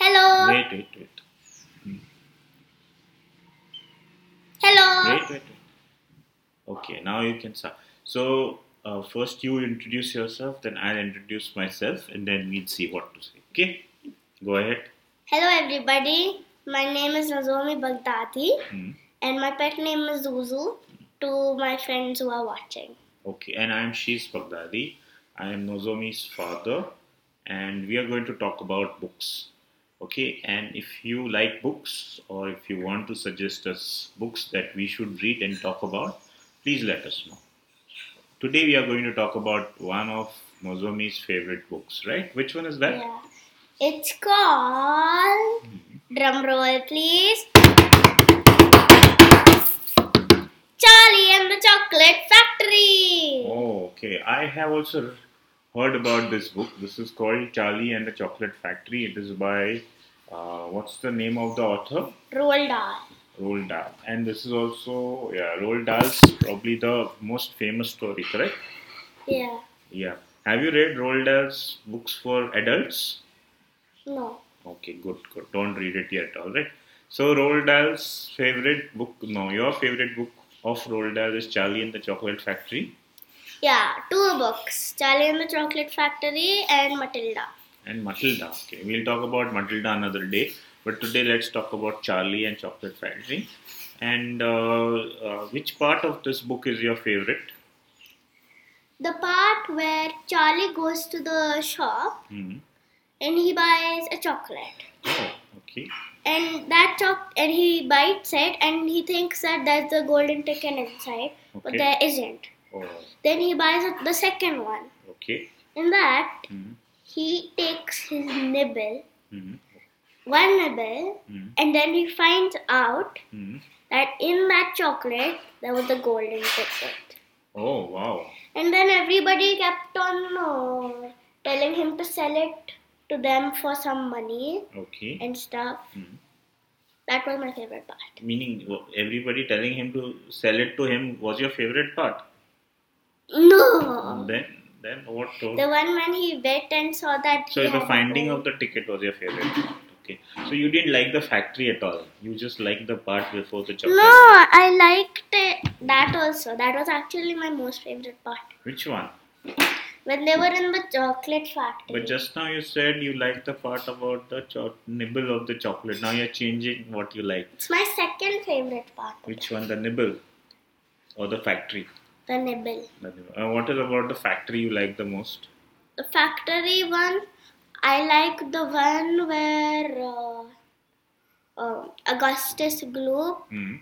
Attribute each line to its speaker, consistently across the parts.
Speaker 1: Wait, wait, wait.
Speaker 2: Hello.
Speaker 1: Wait, wait, wait. Okay, now you can start. So, uh, first you introduce yourself, then I'll introduce myself, and then we'll see what to say. Okay? Go ahead.
Speaker 2: Hello, everybody. My name is Nazomi Baghdadi,
Speaker 1: Hmm.
Speaker 2: and my pet name is Zuzu. To my friends who are watching.
Speaker 1: Okay, and I'm Shees Baghdadi. I am Nozomi's father, and we are going to talk about books. Okay, and if you like books or if you want to suggest us books that we should read and talk about, please let us know. Today we are going to talk about one of Nozomi's favorite books, right? Which one is that?
Speaker 2: Yeah. It's called.
Speaker 1: Hmm.
Speaker 2: Drum roll, please. Charlie and the Chocolate Factory.
Speaker 1: Oh, okay. I have also heard about this book. This is called Charlie and the Chocolate Factory. It is by, uh, what's the name of the author?
Speaker 2: Roll doll.
Speaker 1: Roald Dahl. And this is also, yeah, Roald Dahl's probably the most famous story, correct?
Speaker 2: Yeah.
Speaker 1: Yeah. Have you read Roald Dahl's books for adults?
Speaker 2: No.
Speaker 1: Okay, good, good. Don't read it yet, alright? So, Roald Dahl's favorite book, no, your favorite book of Roald Dahl is Charlie and the Chocolate Factory
Speaker 2: Yeah. Two books Charlie and the Chocolate Factory and Matilda.
Speaker 1: and Matilda. Okay, we'll talk about Matilda another day, but today let's talk about Charlie and Chocolate Factory. And uh, uh, which part of this book is your favorite?
Speaker 2: The part where Charlie goes to the shop
Speaker 1: Hmm.
Speaker 2: and he buys a chocolate.
Speaker 1: Oh, okay.
Speaker 2: And that choc and he bites it and he thinks that there's a golden ticket inside, but
Speaker 1: Okay.
Speaker 2: there isn't.
Speaker 1: Oh.
Speaker 2: Then he buys the second one.
Speaker 1: Okay.
Speaker 2: In that,
Speaker 1: Mm.
Speaker 2: he takes his nibble,
Speaker 1: Mm.
Speaker 2: one nibble,
Speaker 1: Mm.
Speaker 2: and then he finds out
Speaker 1: Mm.
Speaker 2: that in that chocolate there was a golden ticket.
Speaker 1: Oh wow.
Speaker 2: And then everybody kept on uh, telling him to sell it to them for some money
Speaker 1: Okay.
Speaker 2: and stuff.
Speaker 1: Mm.
Speaker 2: That was my favorite part.
Speaker 1: Meaning w- everybody telling him to sell it to him was your favorite part.
Speaker 2: No!
Speaker 1: Then then what? To,
Speaker 2: The one when he went and saw that.
Speaker 1: so
Speaker 2: he
Speaker 1: the
Speaker 2: had a
Speaker 1: finding
Speaker 2: gold-
Speaker 1: of the ticket was your favorite part. Okay. So you didn't like the factory at all. You just liked the part before the chocolate.
Speaker 2: No, I liked it. that also. That was actually my most favorite part.
Speaker 1: Which one?
Speaker 2: When they were in the chocolate factory.
Speaker 1: But just now you said you liked the part about the cho- nibble of the chocolate. Now you're changing what you like.
Speaker 2: It's my second favorite part.
Speaker 1: Which one? The nibble or the factory?
Speaker 2: The nibble.
Speaker 1: The nibble. Uh, what is about the factory you like the most?
Speaker 2: The factory one, I like the one where uh, um Augustus Gloop,
Speaker 1: Hmm.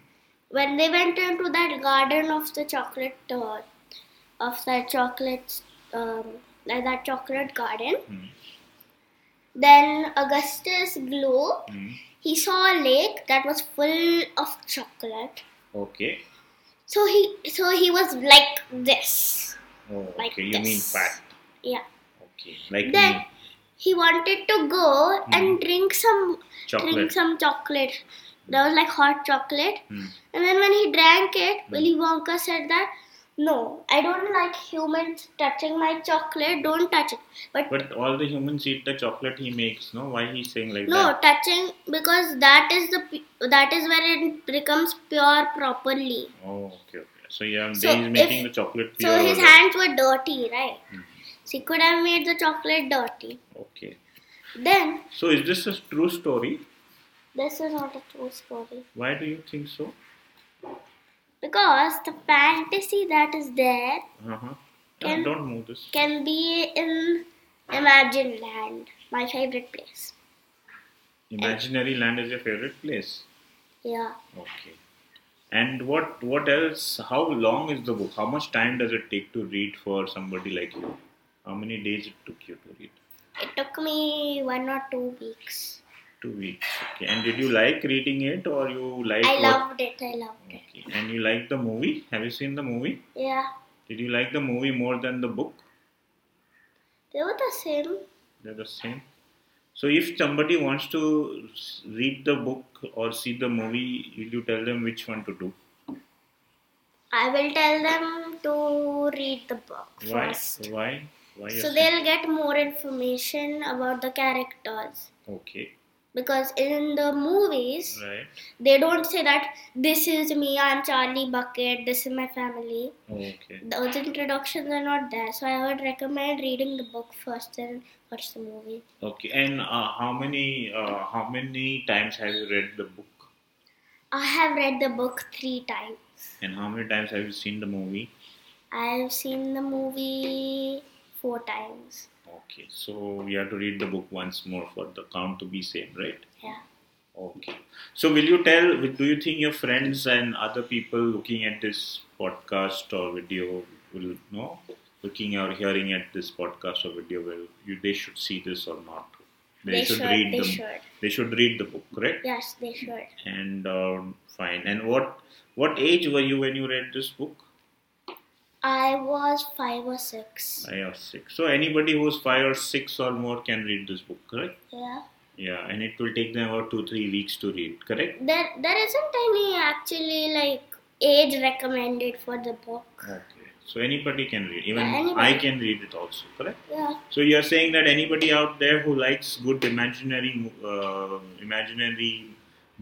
Speaker 2: when they went into that garden of the chocolate, uh, of that chocolate, um, like that chocolate garden.
Speaker 1: Hmm.
Speaker 2: Then Augustus Gloop,
Speaker 1: Hmm.
Speaker 2: he saw a lake that was full of chocolate.
Speaker 1: Okay.
Speaker 2: So he, so he was like this.
Speaker 1: Oh, okay.
Speaker 2: Like
Speaker 1: you mean
Speaker 2: this.
Speaker 1: fat.
Speaker 2: Yeah.
Speaker 1: Okay. Like
Speaker 2: Then
Speaker 1: me. Hmm.
Speaker 2: he wanted to go and drink some drink
Speaker 1: Chocolate.
Speaker 2: some chocolate. There was like hot chocolate.
Speaker 1: Hmm.
Speaker 2: And then when he drank it, Willy Wonka said that no, I don't like humans touching my chocolate. Don't touch it. But,
Speaker 1: But all the humans eat the chocolate he makes, no? Why he's saying like
Speaker 2: no,
Speaker 1: that?
Speaker 2: touching because that is the pu- that is where it becomes pure properly.
Speaker 1: Oh, okay, okay. So yeah,
Speaker 2: So
Speaker 1: then he's making
Speaker 2: if-
Speaker 1: the chocolate
Speaker 2: So
Speaker 1: pure.
Speaker 2: his
Speaker 1: over there.
Speaker 2: hands were dirty, right?
Speaker 1: Hmm.
Speaker 2: So he could have made the chocolate dirty.
Speaker 1: Okay.
Speaker 2: Then
Speaker 1: So is this a true story?
Speaker 2: this is not a true story.
Speaker 1: Why do you think so?
Speaker 2: Because the fantasy that is there
Speaker 1: Uh huh.
Speaker 2: Can-
Speaker 1: don't move this.
Speaker 2: can be in Imagine Land, my favorite place.
Speaker 1: Imaginary land is your favorite place.
Speaker 2: Yeah.
Speaker 1: Okay. And what what else? How long is the book? How much time does it take to read for somebody like you? How many days it took you to read?
Speaker 2: It took me one or two weeks.
Speaker 1: Two weeks. Okay. And did you like reading it or you like
Speaker 2: I
Speaker 1: what-
Speaker 2: loved it. I loved it.
Speaker 1: Okay. And you like the movie? Have you seen the movie?
Speaker 2: Yeah.
Speaker 1: Did you like the movie more than the book?
Speaker 2: They were the same.
Speaker 1: They're the same. So if somebody wants to s- read the book or see the movie, will you tell them which one to do?
Speaker 2: I will tell them to read the book
Speaker 1: Why?
Speaker 2: first.
Speaker 1: Why? Why? you're
Speaker 2: So
Speaker 1: saying-
Speaker 2: they'll get more information about the characters.
Speaker 1: Okay.
Speaker 2: because in the movies
Speaker 1: Right.
Speaker 2: they don't say that this is me i'm charlie bucket this is my family
Speaker 1: Okay.
Speaker 2: those introductions are not there so i would recommend reading the book first and watch the movie
Speaker 1: Okay. And uh, how many uh, how many times have you read the book?
Speaker 2: i have read the book three times
Speaker 1: And how many times have you seen the movie?
Speaker 2: i've seen the movie four times
Speaker 1: Okay. So we have to read the book once more for the count to be same, right?
Speaker 2: yeah
Speaker 1: Okay. So will you tell? Do you think your friends and other people looking at this podcast or video will know? Looking or hearing at this podcast or video, will you? They should see this or not?
Speaker 2: They should,
Speaker 1: read
Speaker 2: they
Speaker 1: them.
Speaker 2: should.
Speaker 1: They should read the book, correct?
Speaker 2: yes they should
Speaker 1: And um, fine. And what what age were you when you read this book?
Speaker 2: i was five or six
Speaker 1: Five or six. So anybody who's five or six or more can read this book, correct?
Speaker 2: yeah
Speaker 1: Yeah, and it will take them about two three weeks to read, correct?
Speaker 2: there there isn't any actually like age recommended for the book
Speaker 1: Okay. So anybody can read. Even
Speaker 2: Yeah, anybody.
Speaker 1: I can read it also, correct?
Speaker 2: yeah
Speaker 1: So you are saying that anybody out there who likes good imaginary uh, imaginary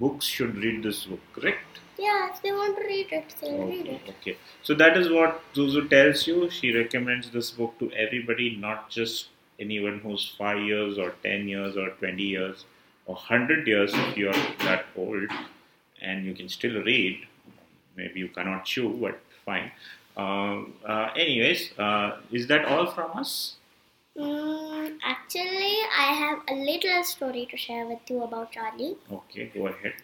Speaker 1: books should read this book, correct?
Speaker 2: yeah if they want to read it they'll read
Speaker 1: Okay,
Speaker 2: it
Speaker 1: okay. So that is what Zuzu tells you. She recommends this book to everybody, not just anyone who's five years or ten years or twenty years or hundred years if you are that old and you can still read. Maybe you cannot chew, but fine. Uh, uh, anyways, uh, is that all from us?
Speaker 2: Mm, actually, I have a little story to share with you about Charlie.
Speaker 1: Okay, go ahead.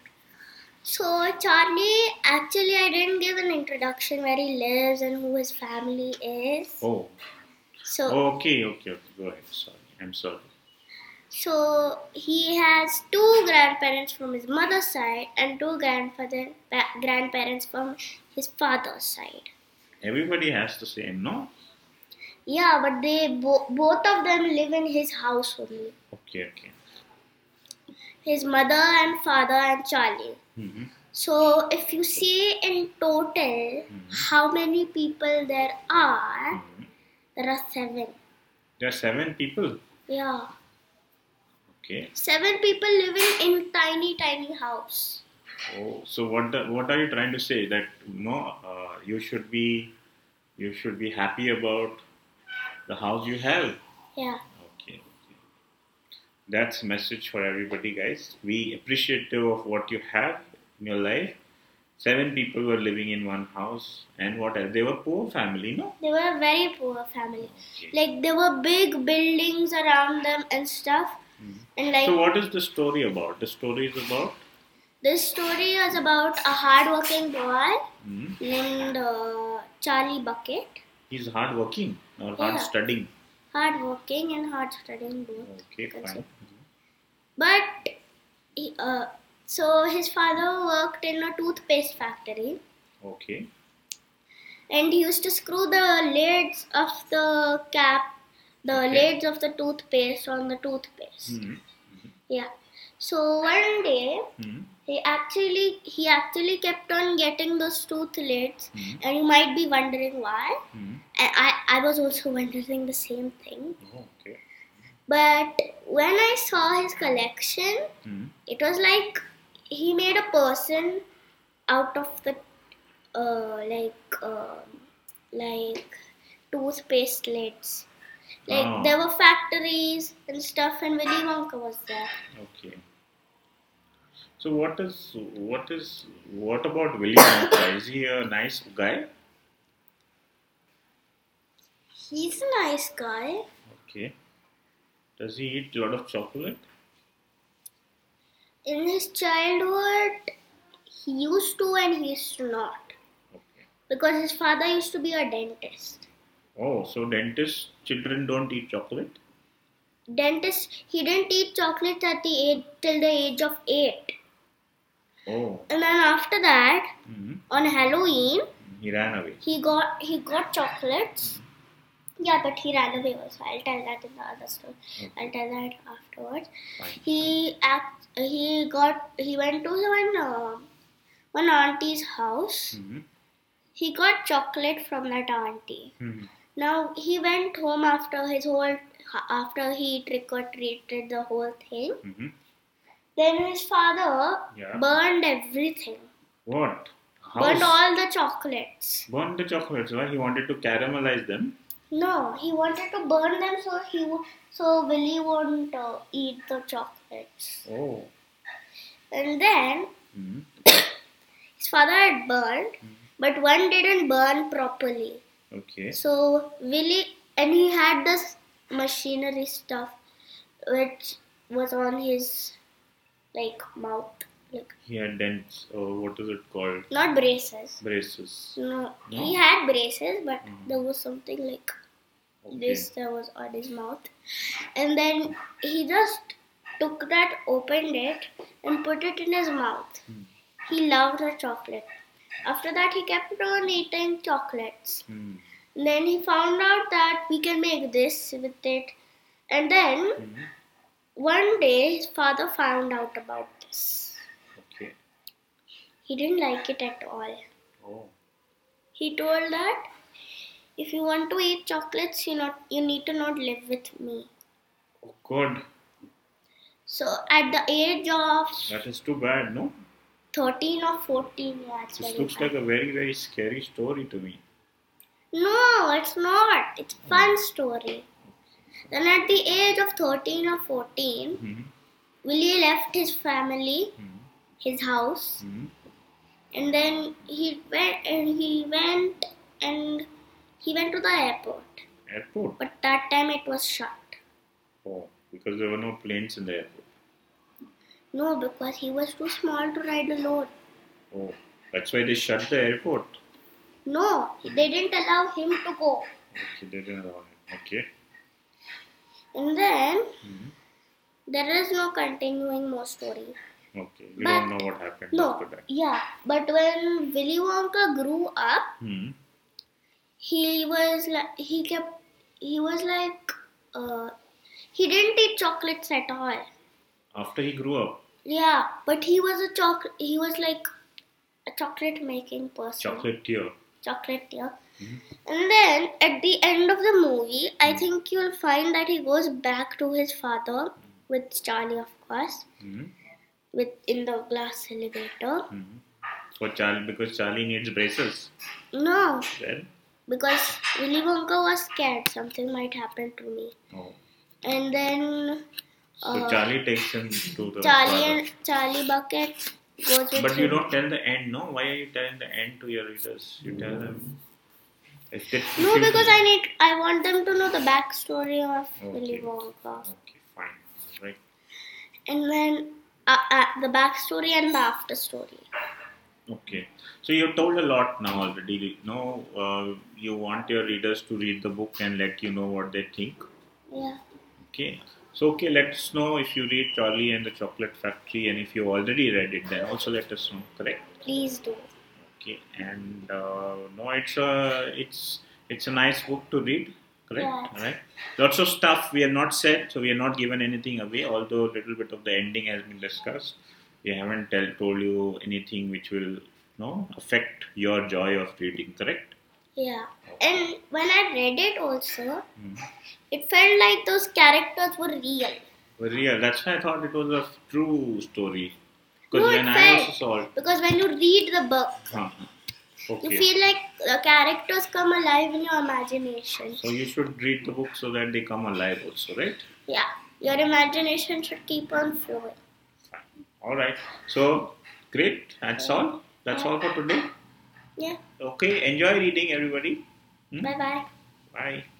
Speaker 2: So, Charlie, actually, I didn't give an introduction where he lives and who his family is.
Speaker 1: Oh,
Speaker 2: So,
Speaker 1: okay, okay, okay. Go ahead. Sorry, I'm sorry.
Speaker 2: so he has two grandparents from his mother's side and two grandfather pa- grandparents from his father's side.
Speaker 1: Everybody has the same, no?
Speaker 2: Yeah, but they bo- both of them live in his house only.
Speaker 1: Okay, okay.
Speaker 2: His mother and father and Charlie.
Speaker 1: hmm
Speaker 2: So, if you see in total how many people there are,
Speaker 1: hmm
Speaker 2: there are seven.
Speaker 1: There are seven people.
Speaker 2: Yeah.
Speaker 1: Okay.
Speaker 2: Seven people living in tiny, tiny house.
Speaker 1: Oh, so what the, what are you trying to say? That no, uh, you should be you should be happy about the house you have.
Speaker 2: Yeah.
Speaker 1: Okay. okay. That's message for everybody, guys. Be appreciative of what you have in your life. Seven people were living in one house, and what else? They were poor family, no?
Speaker 2: They were a very poor family.
Speaker 1: Okay.
Speaker 2: Like there were big buildings around them and stuff. And like
Speaker 1: So what is the story about? The story is about
Speaker 2: this story is about a hardworking boy
Speaker 1: hmm,
Speaker 2: named uh, Charlie Bucket.
Speaker 1: he's hard working or hard
Speaker 2: Yeah.
Speaker 1: studying.
Speaker 2: Hardworking and hard studying both.
Speaker 1: Okay,
Speaker 2: That's it.
Speaker 1: fine.
Speaker 2: But he, uh, so his father worked in a toothpaste factory
Speaker 1: Okay.
Speaker 2: and he used to screw the lids of the cap, the
Speaker 1: Okay.
Speaker 2: lids of the toothpaste on the toothpaste.
Speaker 1: Hmm.
Speaker 2: Yeah. So one day
Speaker 1: Hmm.
Speaker 2: he actually he actually kept on getting those tooth lids
Speaker 1: Mhm.
Speaker 2: and you might be wondering why.
Speaker 1: Hmm.
Speaker 2: And I, I was also wondering the same thing.
Speaker 1: Oh, okay.
Speaker 2: But when I saw his collection,
Speaker 1: Hmm.
Speaker 2: it was like he made a person out of the uh, like um like toothpaste lids like
Speaker 1: Oh.
Speaker 2: there were factories and stuff and willy wonka was there
Speaker 1: Okay. So what is what is what about William Wonka? Is he a nice guy?
Speaker 2: he's a nice guy
Speaker 1: Okay. Does he eat a lot of chocolate?
Speaker 2: in his childhood he used to and he used to not
Speaker 1: Okay.
Speaker 2: because his father used to be a dentist
Speaker 1: Oh, so dentist children don't eat chocolate.
Speaker 2: dentist he didn't eat chocolate at the age till the age of 8
Speaker 1: Oh.
Speaker 2: and then after that
Speaker 1: Hmm.
Speaker 2: on halloween
Speaker 1: He ran away.
Speaker 2: he got he got chocolates. Yeah, but he ran away also. I'll tell that in the other story. I'll tell that afterwards.
Speaker 1: Fine.
Speaker 2: He act he got he went to one uh, one auntie's house.
Speaker 1: Hmm.
Speaker 2: He got chocolate from that auntie.
Speaker 1: Hmm.
Speaker 2: Now he went home after his whole after he trick or treated the whole thing.
Speaker 1: Mhm.
Speaker 2: Then his father
Speaker 1: Yeah.
Speaker 2: burned everything,
Speaker 1: What? How?
Speaker 2: burned all the chocolates.
Speaker 1: Burned the chocolates. Why? He wanted to caramelize them.
Speaker 2: No, he wanted to burn them so he wo- so Willy won't uh, eat the chocolates.
Speaker 1: Oh.
Speaker 2: And then
Speaker 1: hmm
Speaker 2: his father had burned, but one didn't burn properly.
Speaker 1: Okay.
Speaker 2: So Willy and he had this machinery stuff which was on his like mouth, like
Speaker 1: He had dents. Or what is it called?
Speaker 2: not braces.
Speaker 1: Braces.
Speaker 2: No,
Speaker 1: No.
Speaker 2: he had braces, but
Speaker 1: Mhm.
Speaker 2: there was something like
Speaker 1: Okay.
Speaker 2: this that was on his mouth, and then he just took that, opened it, and put it in his mouth.
Speaker 1: Hmm.
Speaker 2: He loved the chocolate. After that, he kept on eating chocolates.
Speaker 1: Hmm.
Speaker 2: Then he found out that we can make this with it. And then
Speaker 1: hmm
Speaker 2: one day his father found out about this.
Speaker 1: Okay.
Speaker 2: He didn't like it at all.
Speaker 1: Oh.
Speaker 2: He told that if you want to eat chocolates, you not you need to not live with me.
Speaker 1: Oh God.
Speaker 2: So at the age of
Speaker 1: That is too bad. No.
Speaker 2: thirteen or fourteen, yeah, it's
Speaker 1: This
Speaker 2: very
Speaker 1: looks
Speaker 2: bad.
Speaker 1: like a very very scary story to me.
Speaker 2: No, it's not. It's a fun story. Then at the age of thirteen or fourteen,
Speaker 1: Hmm.
Speaker 2: Willie left his family,
Speaker 1: Hmm.
Speaker 2: his house,
Speaker 1: Hmm.
Speaker 2: and then he went and he went and he went to the airport
Speaker 1: Airport.
Speaker 2: but that time it was shut
Speaker 1: Oh. Because there were no planes in the airport.
Speaker 2: no because he was too small to ride alone
Speaker 1: Oh. That's why they shut the airport.
Speaker 2: no they didn't allow him to go
Speaker 1: Okay. They didn't allow him. Okay.
Speaker 2: and then
Speaker 1: hmm
Speaker 2: there is no continuing more story
Speaker 1: Okay. We
Speaker 2: But-
Speaker 1: don't know what happened
Speaker 2: no
Speaker 1: after that.
Speaker 2: yeah but when willy wonka grew up
Speaker 1: Hmm.
Speaker 2: he was like he kept he was like uh, he didn't eat chocolates at all
Speaker 1: After he grew up,
Speaker 2: Yeah, but he was a choc. He was like a chocolate making person.
Speaker 1: chocolatier.
Speaker 2: Chocolate, yeah.
Speaker 1: Mm-hmm.
Speaker 2: And then at the end of the movie, I think you'll find that he goes back to his father with Charlie, of course,
Speaker 1: Hmm.
Speaker 2: with in the glass elevator.
Speaker 1: hmm For Charlie, because Charlie needs braces.
Speaker 2: No,
Speaker 1: Then.
Speaker 2: because Willy Wonka was scared something might happen to me.
Speaker 1: Oh.
Speaker 2: And then
Speaker 1: So
Speaker 2: Uh,
Speaker 1: Charlie takes him to the
Speaker 2: Charlie
Speaker 1: father.
Speaker 2: and Charlie Bucket goes with
Speaker 1: But
Speaker 2: him.
Speaker 1: you don't tell the end, no? Why are you telling the end to your readers? You tell them. If they,
Speaker 2: No, because I need. I want them to know the backstory of Willy
Speaker 1: Okay.
Speaker 2: Wonka,
Speaker 1: Okay, fine. Right.
Speaker 2: and then uh, uh, the backstory and the after story.
Speaker 1: Okay. So you have told a lot now already. No, uh, you want your readers to read the book and let you know what they think.
Speaker 2: Yeah.
Speaker 1: Okay. So okay, let us know if you read Charlie and the Chocolate Factory, and if you already read it, then also let us know. Correct.
Speaker 2: Please do.
Speaker 1: Okay. And uh, no, it's a it's it's a nice book to read. Correct.
Speaker 2: Yeah.
Speaker 1: All right. Lots of stuff we have not said, so we have not given anything away. Although a little bit of the ending has been discussed, we haven't tell, told you anything which will no affect your joy of reading. Correct.
Speaker 2: Yeah. And when I read it, also,
Speaker 1: Mhm.
Speaker 2: it felt like those characters were real.
Speaker 1: Well, yeah, that's why I thought it was a true story.
Speaker 2: No,
Speaker 1: Because
Speaker 2: it
Speaker 1: when I
Speaker 2: felt-
Speaker 1: also saw it,
Speaker 2: Because when you read the book,
Speaker 1: huh, okay.
Speaker 2: you feel like the characters come alive in your imagination.
Speaker 1: So you should read the book so that they come alive also, right?
Speaker 2: Yeah. Your imagination should keep on flowing.
Speaker 1: All right. So great. That's all. That's all for today.
Speaker 2: Yeah.
Speaker 1: Okay. Enjoy reading, everybody. Hmm?
Speaker 2: Bye bye.
Speaker 1: Bye.